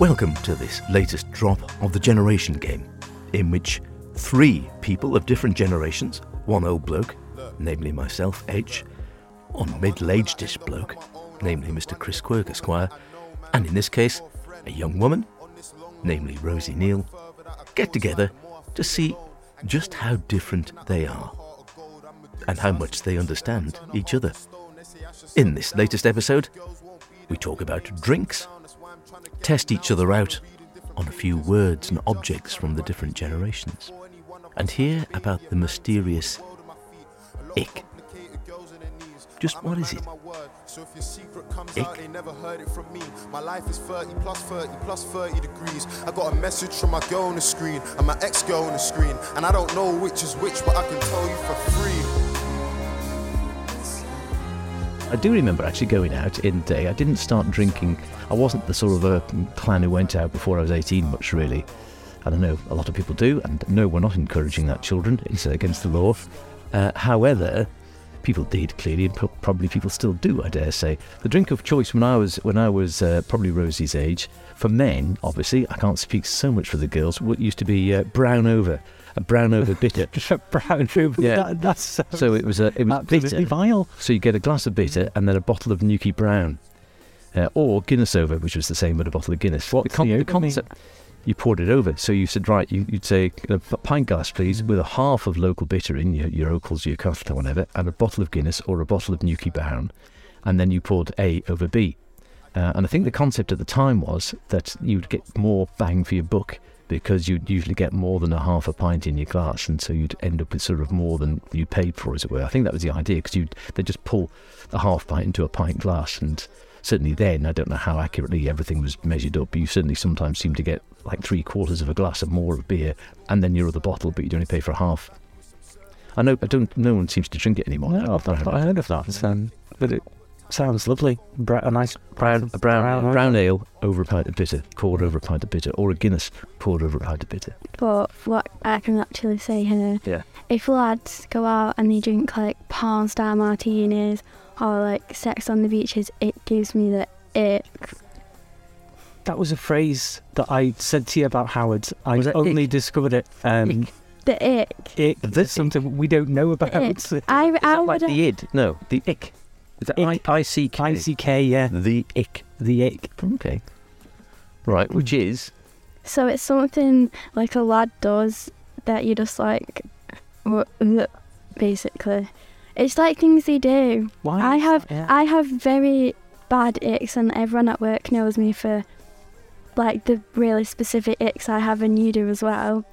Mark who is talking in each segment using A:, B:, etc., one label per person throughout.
A: Welcome to this latest drop of the Generation Game, in which three people of different generations, one old bloke, namely myself, H, one middle aged ish bloke, namely Mr. Chris Quirk, Esquire, and in this case, a young woman, namely Rosie Neal, get together to see just how different they are and how much they understand each other. In this latest episode, we talk about drinks, test each other out on a few words and objects from the different generations, and hear about the mysterious ick. Just what is it?
B: So if your secret comes
A: Ick.
B: out, they never heard it from me. My life is 30 plus 30 plus 30 degrees. I got a message from my girl on the screen and my ex girl on the screen. And I don't know which is which, but I can tell you for free.
C: I do remember actually going out in the day. I didn't start drinking. I wasn't the sort of a clan who went out before I was 18 much, really. And I know a lot of people do, and no, we're not encouraging that, children. It's against the law. Uh, however, people did clearly, and pro- probably people still do, I dare say. The drink of choice when I was when I was uh, probably Rosie's age for men, obviously, I can't speak so much for the girls. What used to be uh, brown over, a brown over bitter.
D: brown room.
C: Yeah.
D: That, that's uh,
C: So it was a it was
D: absolutely
C: bitter.
D: vile.
C: So you get a glass of bitter and then a bottle of Nuki Brown, uh, or Guinness over, which was the same but a bottle of Guinness. What
D: the opening?
C: You poured it over. So you said, right, you, you'd say a p- pint glass, please, with a half of local bitter in your your Ocals, your Cuff, or whatever, and a bottle of Guinness or a bottle of Nuki Brown, and then you poured A over B. Uh, and I think the concept at the time was that you'd get more bang for your buck because you'd usually get more than a half a pint in your glass, and so you'd end up with sort of more than you paid for, as it were. I think that was the idea because you'd they'd just pull a half pint into a pint glass, and certainly then I don't know how accurately everything was measured up. but You certainly sometimes seemed to get like three quarters of a glass or more of beer, and then your other bottle, but you'd only pay for half. I know I don't. No one seems to drink it anymore.
D: No, I've
C: I don't
D: not
C: know.
D: heard of that. Um, but it sounds lovely. Bra- a nice
C: Brown, a brown,
D: Brown
C: brown,
D: ale.
C: ale over a pint of bitter, poured over a pint of bitter, or a Guinness poured over a pint of bitter.
E: But what I can actually say here,
C: Yeah.
E: if lads go out and they drink like porn star martinis or like sex on the beaches, it gives me the ick.
D: That was a phrase that I said to you about Howard. I
C: Was it
D: only discovered it. Um,
E: The ick.
D: ick.
C: The
D: That's
C: ick.
D: something we don't know about.
E: Ick.
D: It's, uh,
E: I, I
C: like
E: would.
C: the id? No, the ick. Is that
D: Ick.
C: I I C K?
D: ICK, yeah.
C: The ick.
D: The ick.
C: Okay. Right, which is
E: so it's something like a lad does that you just like, w- bleh, basically. It's like things they do.
D: Why?
E: I
D: is
E: have-
D: that? Yeah.
E: I have very bad icks, and everyone at work knows me for like the really specific icks I have, and you do as well.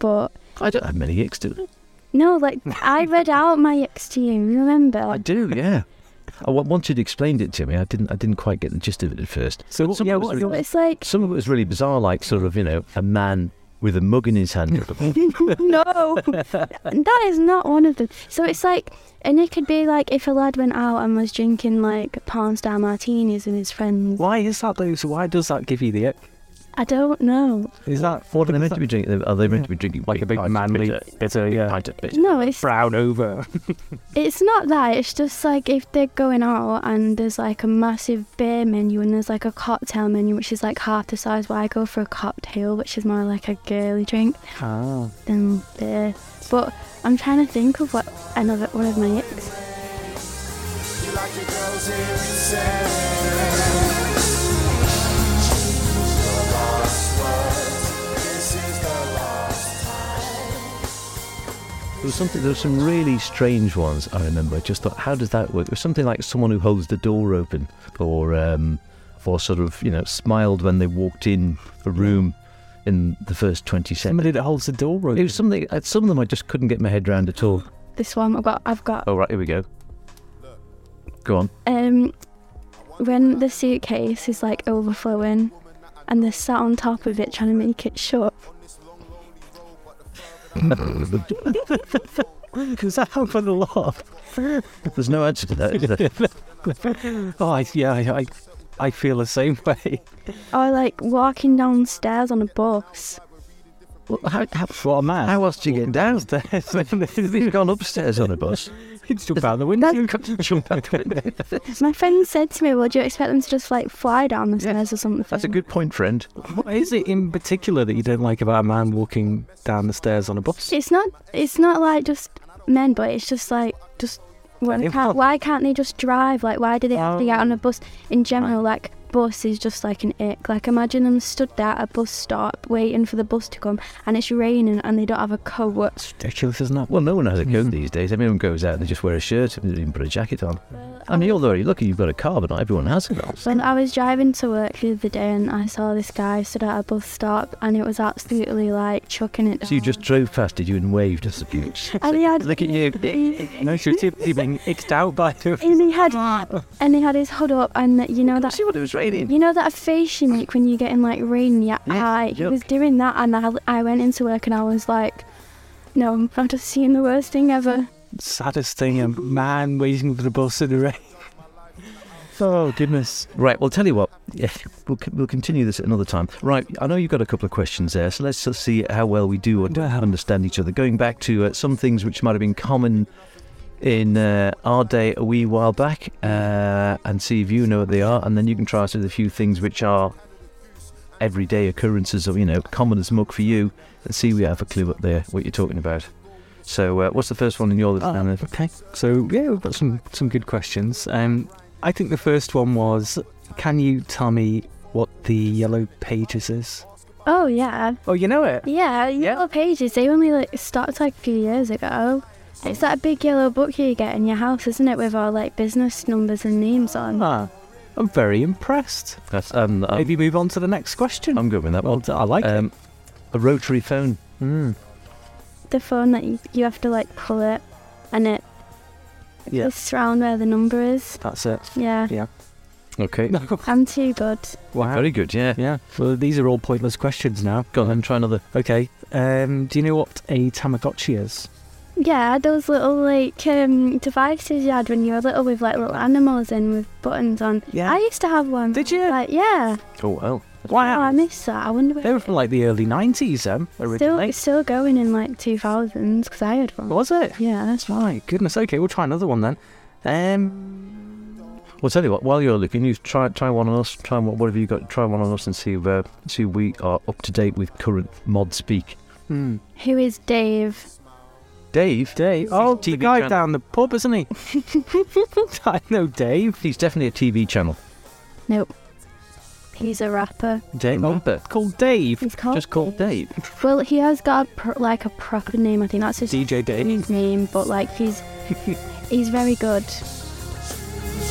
E: But
C: I don't have many icks, do
E: No, like I read out my ex to you, remember?
C: I? I do, yeah. I, wa- once you'd explained it to me, I didn't. I didn't quite get the gist of it at first.
D: So,
C: But some
D: yeah,
C: of us
D: what,
C: are-
E: So it's like
C: Some of it was really bizarre, like sort of you know a man with a mug in his hand.
E: no, that is not one of them. So it's like, and it could be like if a lad went out and was drinking like porn star martinis with his friends.
D: why is that though? So why does that give you the ick?
E: I don't know.
D: Is that
C: what are they
D: is
C: meant
D: that
C: to be drinking? Are they meant to be drinking
D: Like a big
C: pints of
D: manly
C: bitter?
D: bitter, yeah.
C: Pint of bitter.
E: No, it's
D: Brown over.
E: it's not that. It's just like if they're going out and there's like a massive beer menu and there's like a cocktail menu which is like half the size. Why I go for a cocktail, which is more like a girly drink
D: ah.
E: than beer. But I'm trying to think of what another one of my icks.
B: You like your girls in recess. This is the last
C: There was something. There were some really strange ones. I remember. I just thought, how does that work? It was something like someone who holds the door open, or um, or sort of you know smiled when they walked in a room in the first twenty seconds.
D: Somebody that holds the door open.
C: It was something. uh, Some of them I just couldn't get my head round at all.
E: This one I've got. I've got.
C: Oh right, here we go. Go on.
E: Um, when the suitcase is like overflowing, and they're sat on top of it trying to make it shut.
D: Because that happened a lot.
C: There's no answer to that. Is there?
D: Oh, I, yeah, I, I, I feel the same way.
E: Or like walking downstairs on a bus.
C: well, how, how,
D: What a man.
C: how else do you get down?
D: Upstairs.
C: They've gone upstairs on a bus.
D: It's jump out the window.
C: Jump out the window.
E: My friend said to me, "Well, do you expect them to just like fly down the stairs or something?"
A: That's a good point, friend.
D: What is it in particular that you don't like about a man walking down the stairs on a bus?
E: It's not. It's not like just men, but it's just like just. When
D: Anyone.
E: can't, why can't they just drive? Like, why do they have to get
A: Oh.
E: on a bus? In general, like, bus is just like an ick. Like, imagine them stood there at a bus stop waiting for the bus to come, and it's raining, and they don't have a coat.
D: It's ridiculous, isn't it?
C: Well, no one has a coat these days. Everyone goes out and they just wear a shirt and even put a jacket on. I mean, although you're lucky you've got a car, but not everyone has.
E: When I was driving to work the other day, and I saw this guy stood at a bus stop, and it was absolutely like chucking it down.
C: So you just drove past, did you, and waved at the people?
E: and he had
C: Look at you.
D: No, she was being icked out by
E: and he had and he had his hood up, and that- you know that
C: See what it was raining.
E: You know that face you make when you get in like rain in your eye? He was doing that, and I, I went into work and I was like, no, I'm just seeing the worst thing ever.
D: Saddest thing, a man waiting for the bus in the rain. Oh, goodness.
C: Right, well, tell you what, yeah, we'll, c- we'll continue this another time. Right, I know you've got a couple of questions there, so let's just see how well we do or don't understand each other. Going back to uh, some things which might have been common in uh, our day a wee while back, uh, and see if you know what they are, and then you can try us with a few things which are everyday occurrences or, you know, common as muck for you, and see if we have a clue up there what you're talking about. So, uh, what's the first one in your list, Anna?
D: Okay. So, yeah, we've got some, some good questions. Um, I think the first one was Can you tell me what the Yellow Pages is?
E: Oh, yeah.
D: Oh, you know it?
E: Yeah, Yellow Pages, they only like stopped like a few years ago. It's that big yellow book you get in your house, isn't it, with all like business numbers and names on?
D: Ah, I'm very impressed.
C: That's, um, I'm,
D: Maybe move on to the next question.
C: I'm good with that
D: well,
C: one.
D: I like
C: Um, a rotary phone.
D: it. Mm.
E: The phone that you, you have to like pull it, and it
D: Yeah,
E: it's round where the number is.
D: that's it.
E: Yeah,
D: Yeah.
C: Okay.
E: I'm too good.
D: wow.
C: Very good, yeah.
D: Yeah. Well, these are all pointless questions now.
C: Go on then, try another.
D: Okay. Um, do you know what a Tamagotchi is?
E: Yeah, those little like um, devices you had when you were little with like little animals in with buttons on.
D: Yeah.
E: I used to have one.
D: Did you?
E: Like yeah.
C: Oh, wow.
E: Oh, I
D: Wow.
E: miss that. I wonder.
D: They
E: if
D: were from like the early 90s, um,
E: still
D: originally.
E: still going in like 2000s because I had one.
D: Was it?
E: Yeah, that's
D: My goodness. Okay, we'll try another one then. Um,
C: Well, tell you what, while you're looking, you try try one on us. Try one, what have you got? Try one on us and see if, uh, see if we are up to date with current mod speak.
D: hmm.
E: Who is Dave?
C: Dave?
D: Dave. Oh, the
C: TV
D: guy
C: channel.
D: down the pub, isn't he? I know Dave.
C: He's definitely a TV channel.
E: Nope. He's a rapper.
C: Dave? Remember?
D: Oh, Called Dave.
E: He's called.
C: Just called Dave.
E: Well, he has got a pro- like a proper name. I think that's his
D: DJ Dave.
E: his name, but like he's he's very good.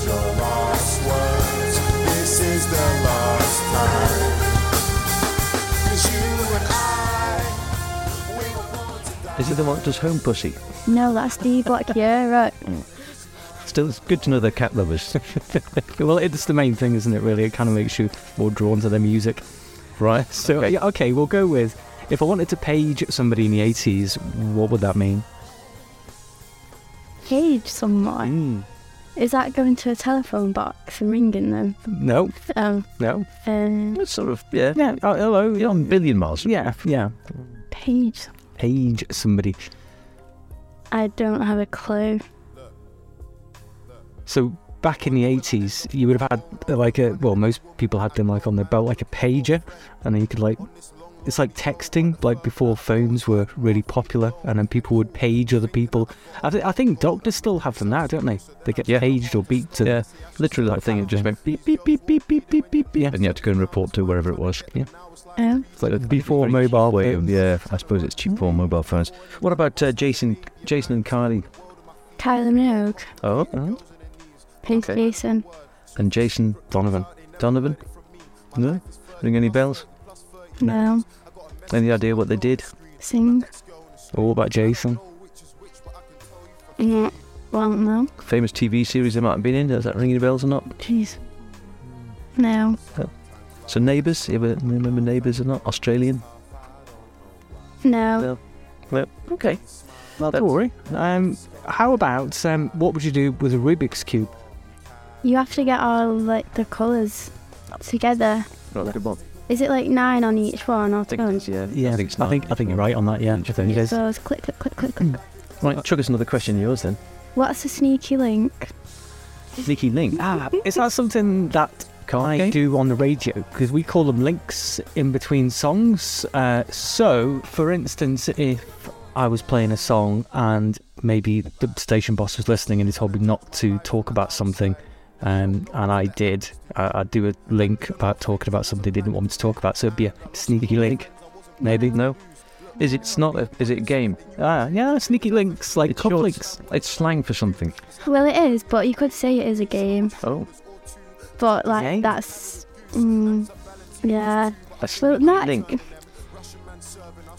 B: Your last words, this is the last time. 'Cause you and I, we were born to die.
C: Is it the one that does Home Pussy?
E: No, that's D Black Europe.
C: Still, it's good to know they're cat lovers.
D: Well, it's the main thing, isn't it, really? It kind of makes you more drawn to their music.
C: right?
D: So,
C: Okay.
D: yeah, okay, we'll go with if I wanted to page somebody in the 80s, what would that mean?
E: Cage
D: Mm.
E: someone. Is that going to a telephone box and ringing them?
D: No,
E: Um,
D: no.
E: um,
C: It's sort of, yeah.
D: Yeah, oh, hello.
C: You're on a billion miles.
D: Yeah, yeah.
E: page.
D: Page somebody.
E: I don't have a clue.
D: So, back in the 80s, you would have had uh, like a, well, most people had them like on their belt, like a pager, and then you could like, it's like texting, like before phones were really popular, and then people would page other people. I, th- I think doctors still have them now, don't they? They get
C: Yeah.
D: paged or beat to.
C: Yeah. Literally that thing, it just went beep, beep, beep, beep, beep, beep, beep, beep. And you had to go and report to wherever it was.
D: Yeah.
E: Um,
C: It's like a
D: Before
C: very cheap
D: mobile
C: way of-
D: phones.
C: Yeah, I suppose it's cheap for mobile phones. What about uh, Jason, Jason and Kylie?
E: Kylie Minogue.
C: Oh,
E: Who's
C: Okay.
E: Jason?
C: and Jason
D: Donovan.
C: Donovan. No, ring any bells?
E: No.
C: Any idea what they did?
E: Sing?
D: Or what about Jason?
E: Mm, Well, no.
C: Famous TV series they might have been in. Does that ring any bells or not?
E: Jeez. No.
C: So Neighbours. You ever remember Neighbours or not? Australian.
E: No.
C: No. Well, okay.
D: Well,
C: That's-
D: don't worry. Um, how about um, what would you do with a Rubik's cube?
E: You have to get all like the colours together.
C: Not that one.
E: Is it like nine on each one or
C: I think it is.
E: two?
C: Yeah.
D: Um, Yeah,
C: I think it's
D: I think,
C: nine.
D: I think you're right on that. Yeah, I think it is.
C: Hmm.
E: So it's click, click, click, click, click.
C: Right, chuck us another question. Yours then.
E: What's a sneaky link?
C: Sneaky link.
D: Ah, is that something that I
C: Okay.
D: do on the radio? Because we call them links in between songs. Uh, so, for instance, if I was playing a song and maybe the station boss was listening and he told me not to talk about something, um, and I did, I, I'd do a link about talking about something they didn't want me to talk about. So it'd be a sneaky link, maybe.
C: No. Is it it's not a, is it a game?
D: Ah, yeah, sneaky links like
C: It's
D: cup
C: short.
D: links.
C: It's slang for something.
E: Well, it is, but you could say it is a game.
C: Oh,
E: But like
D: Yeah.
E: that's, mm, yeah.
C: a sneaky
E: Well, not
C: link.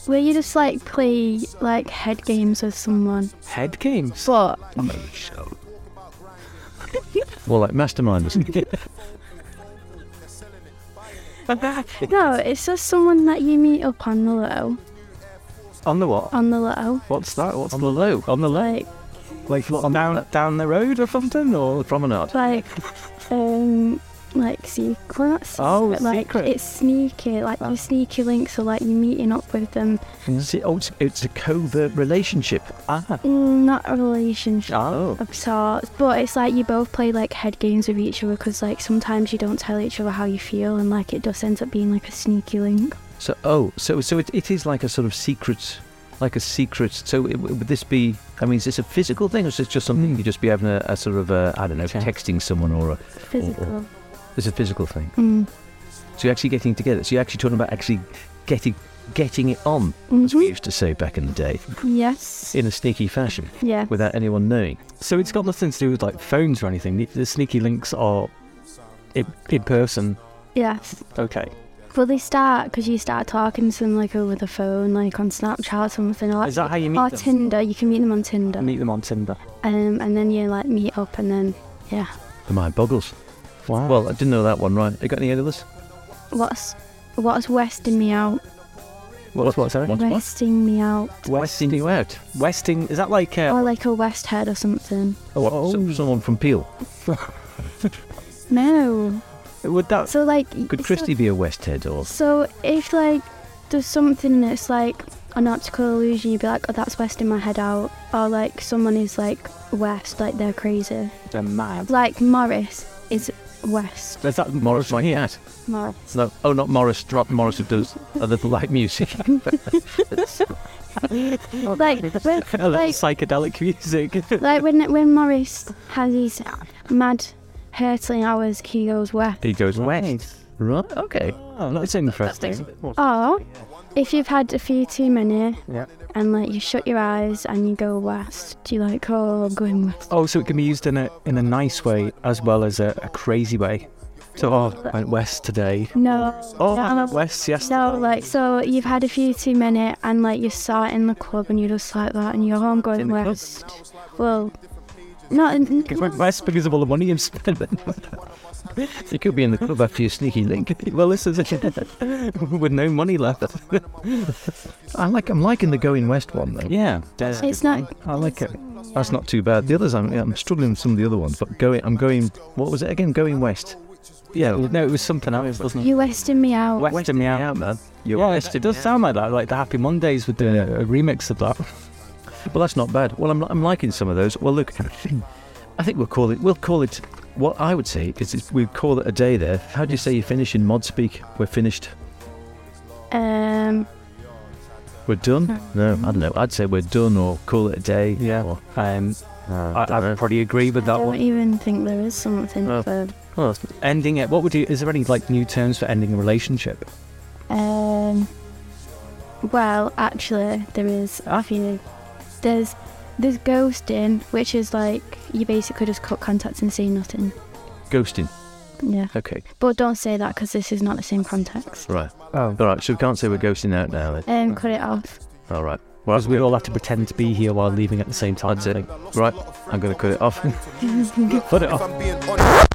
E: where you just like play like head games with someone.
D: Head games.
E: But
C: Well, like masterminders.
E: no, it's just someone that you meet up on the low,
D: on the what?
E: on the low,
C: What's that? What's on the low?
D: On the left,
E: like
D: like down down the road or something, or
C: Promenade.
E: like um like secret. Not secret
D: Oh,
E: like
D: secret.
E: it's sneaky, like you sneaky links so like you meeting up with them.
C: See, oh, it's, it's a covert relationship.
D: Ah,
E: Mm, not a relationship.
D: oh.
E: of sorts, but it's like you both play like head games with each other because like sometimes you don't tell each other how you feel and like it just ends up being like a sneaky link.
C: So, oh, so so it, it is like a sort of secret, like a secret. So, it, would this be? I mean, is this a physical thing, or is this just something you just be having a, a sort of a, I don't know,
D: Chat.
C: texting someone or a?
D: Oh,
E: Physical.
C: It's a physical thing.
E: Mm.
C: So you're actually getting together. So you're actually talking about actually getting getting it on, as we
E: Mhm.
C: used to say back in the day,
E: Yes.
C: in a sneaky fashion,
E: Yeah.
C: without anyone knowing.
D: So it's got nothing to do with like phones or anything. The, the sneaky links are in, in person.
E: Yes.
D: Okay.
E: Well, they start because you start talking to them like over the phone, like on Snapchat or something. Or,
D: Is that how you meet
E: or
D: them?
E: Tinder. You can meet them on Tinder.
D: Meet them on Tinder.
E: Um, and then you like meet up and then yeah.
C: The mind boggles.
D: Wow.
C: Well, I didn't know that one, right? You got any others?
E: What's what's westing me out?
D: what's what? Sorry.
C: What's what?
E: Westing me out.
C: Westing you out.
D: Westing. Is that like? Uh,
E: Or like a West Head or something.
C: Oh, what, so- someone from Peel.
E: No.
D: would that?
E: So like.
C: Could
E: so-
C: Christie be a West Head or?
E: So if like there's something that's like an optical illusion, you'd be like, oh, that's Westing my head out, or like someone is like West, like they're crazy.
D: They're mad.
E: Like Morris is West.
D: Is that
C: Morris, my cat.
E: Morris.
C: No, oh, not Morris. Not Morris who does a little light music.
E: Like when,
D: a little
E: like,
D: psychedelic music?
E: like when when Morris has his mad hurtling hours, he goes West.
C: he goes west.
D: Right.
C: Right. Okay.
D: Oh, that's interesting.
E: Or if you've had a few too many
D: Yeah.
E: and like you shut your eyes and you go West, do you like oh I'm going West?
D: Oh, so it can be used in a in a nice way as well as a, a crazy way. So oh, went west today.
E: No.
D: Oh,
E: Yeah, I'm a-
D: west yesterday.
E: No, like so you've had a few too many and like you saw it in the club and you just like that and you're oh, I'm going
C: In the club?
E: west. Well not in,
D: It went west because of all the money you've spent.
C: You could be in the club after your sneaky link.
D: well, this is it. With no money left.
C: I like. I'm liking the going west one though.
D: Yeah.
E: it's not
C: I like it. That's not too bad. The others, I'm, I'm struggling with some of the other ones, but going, I'm going. What was it again? Going west.
D: Yeah. No, it was something else, wasn't it?
E: you westing me out.
D: West, of me
C: Yeah,
D: out.
C: man. You're
D: Yeah,
C: west
D: it
C: of
D: does
C: me out.
D: sound like that, like the Happy Mondays with the
C: Yeah.
D: a remix of that.
C: Well, that's not bad. Well, I'm, I'm liking some of those. Well, look, I think we'll call it. We'll call it. What I would say is, is we'd call it a day there. How do you say you finish in mod speak? We're finished.
E: Um
C: We're done. No, I don't know. I'd say we're done or call it a day.
D: Yeah.
C: Or,
D: Um, I,
C: dunno.
D: I'd probably agree with
E: I
D: that
E: don't
D: one.
E: even think there is something
C: Oh.
E: for
C: oh,
D: Ending it. What would you? Is there any like new terms for ending a relationship?
E: um well actually there is a few there's there's ghosting, which is like you basically just cut contacts and say nothing.
C: ghosting.
E: Yeah.
C: Okay.
E: But don't say that because this is not the same context.
C: Right.
D: Oh,
C: All right. So we can't say we're ghosting out now. Then.
E: Um, cut it off.
C: All right. Well,
D: because we all have to pretend to be here while leaving at the same time.
C: That's it.
D: I think.
C: Right. I'm going to cut it off.
D: Put it
B: If
D: off.
B: I'm being honest,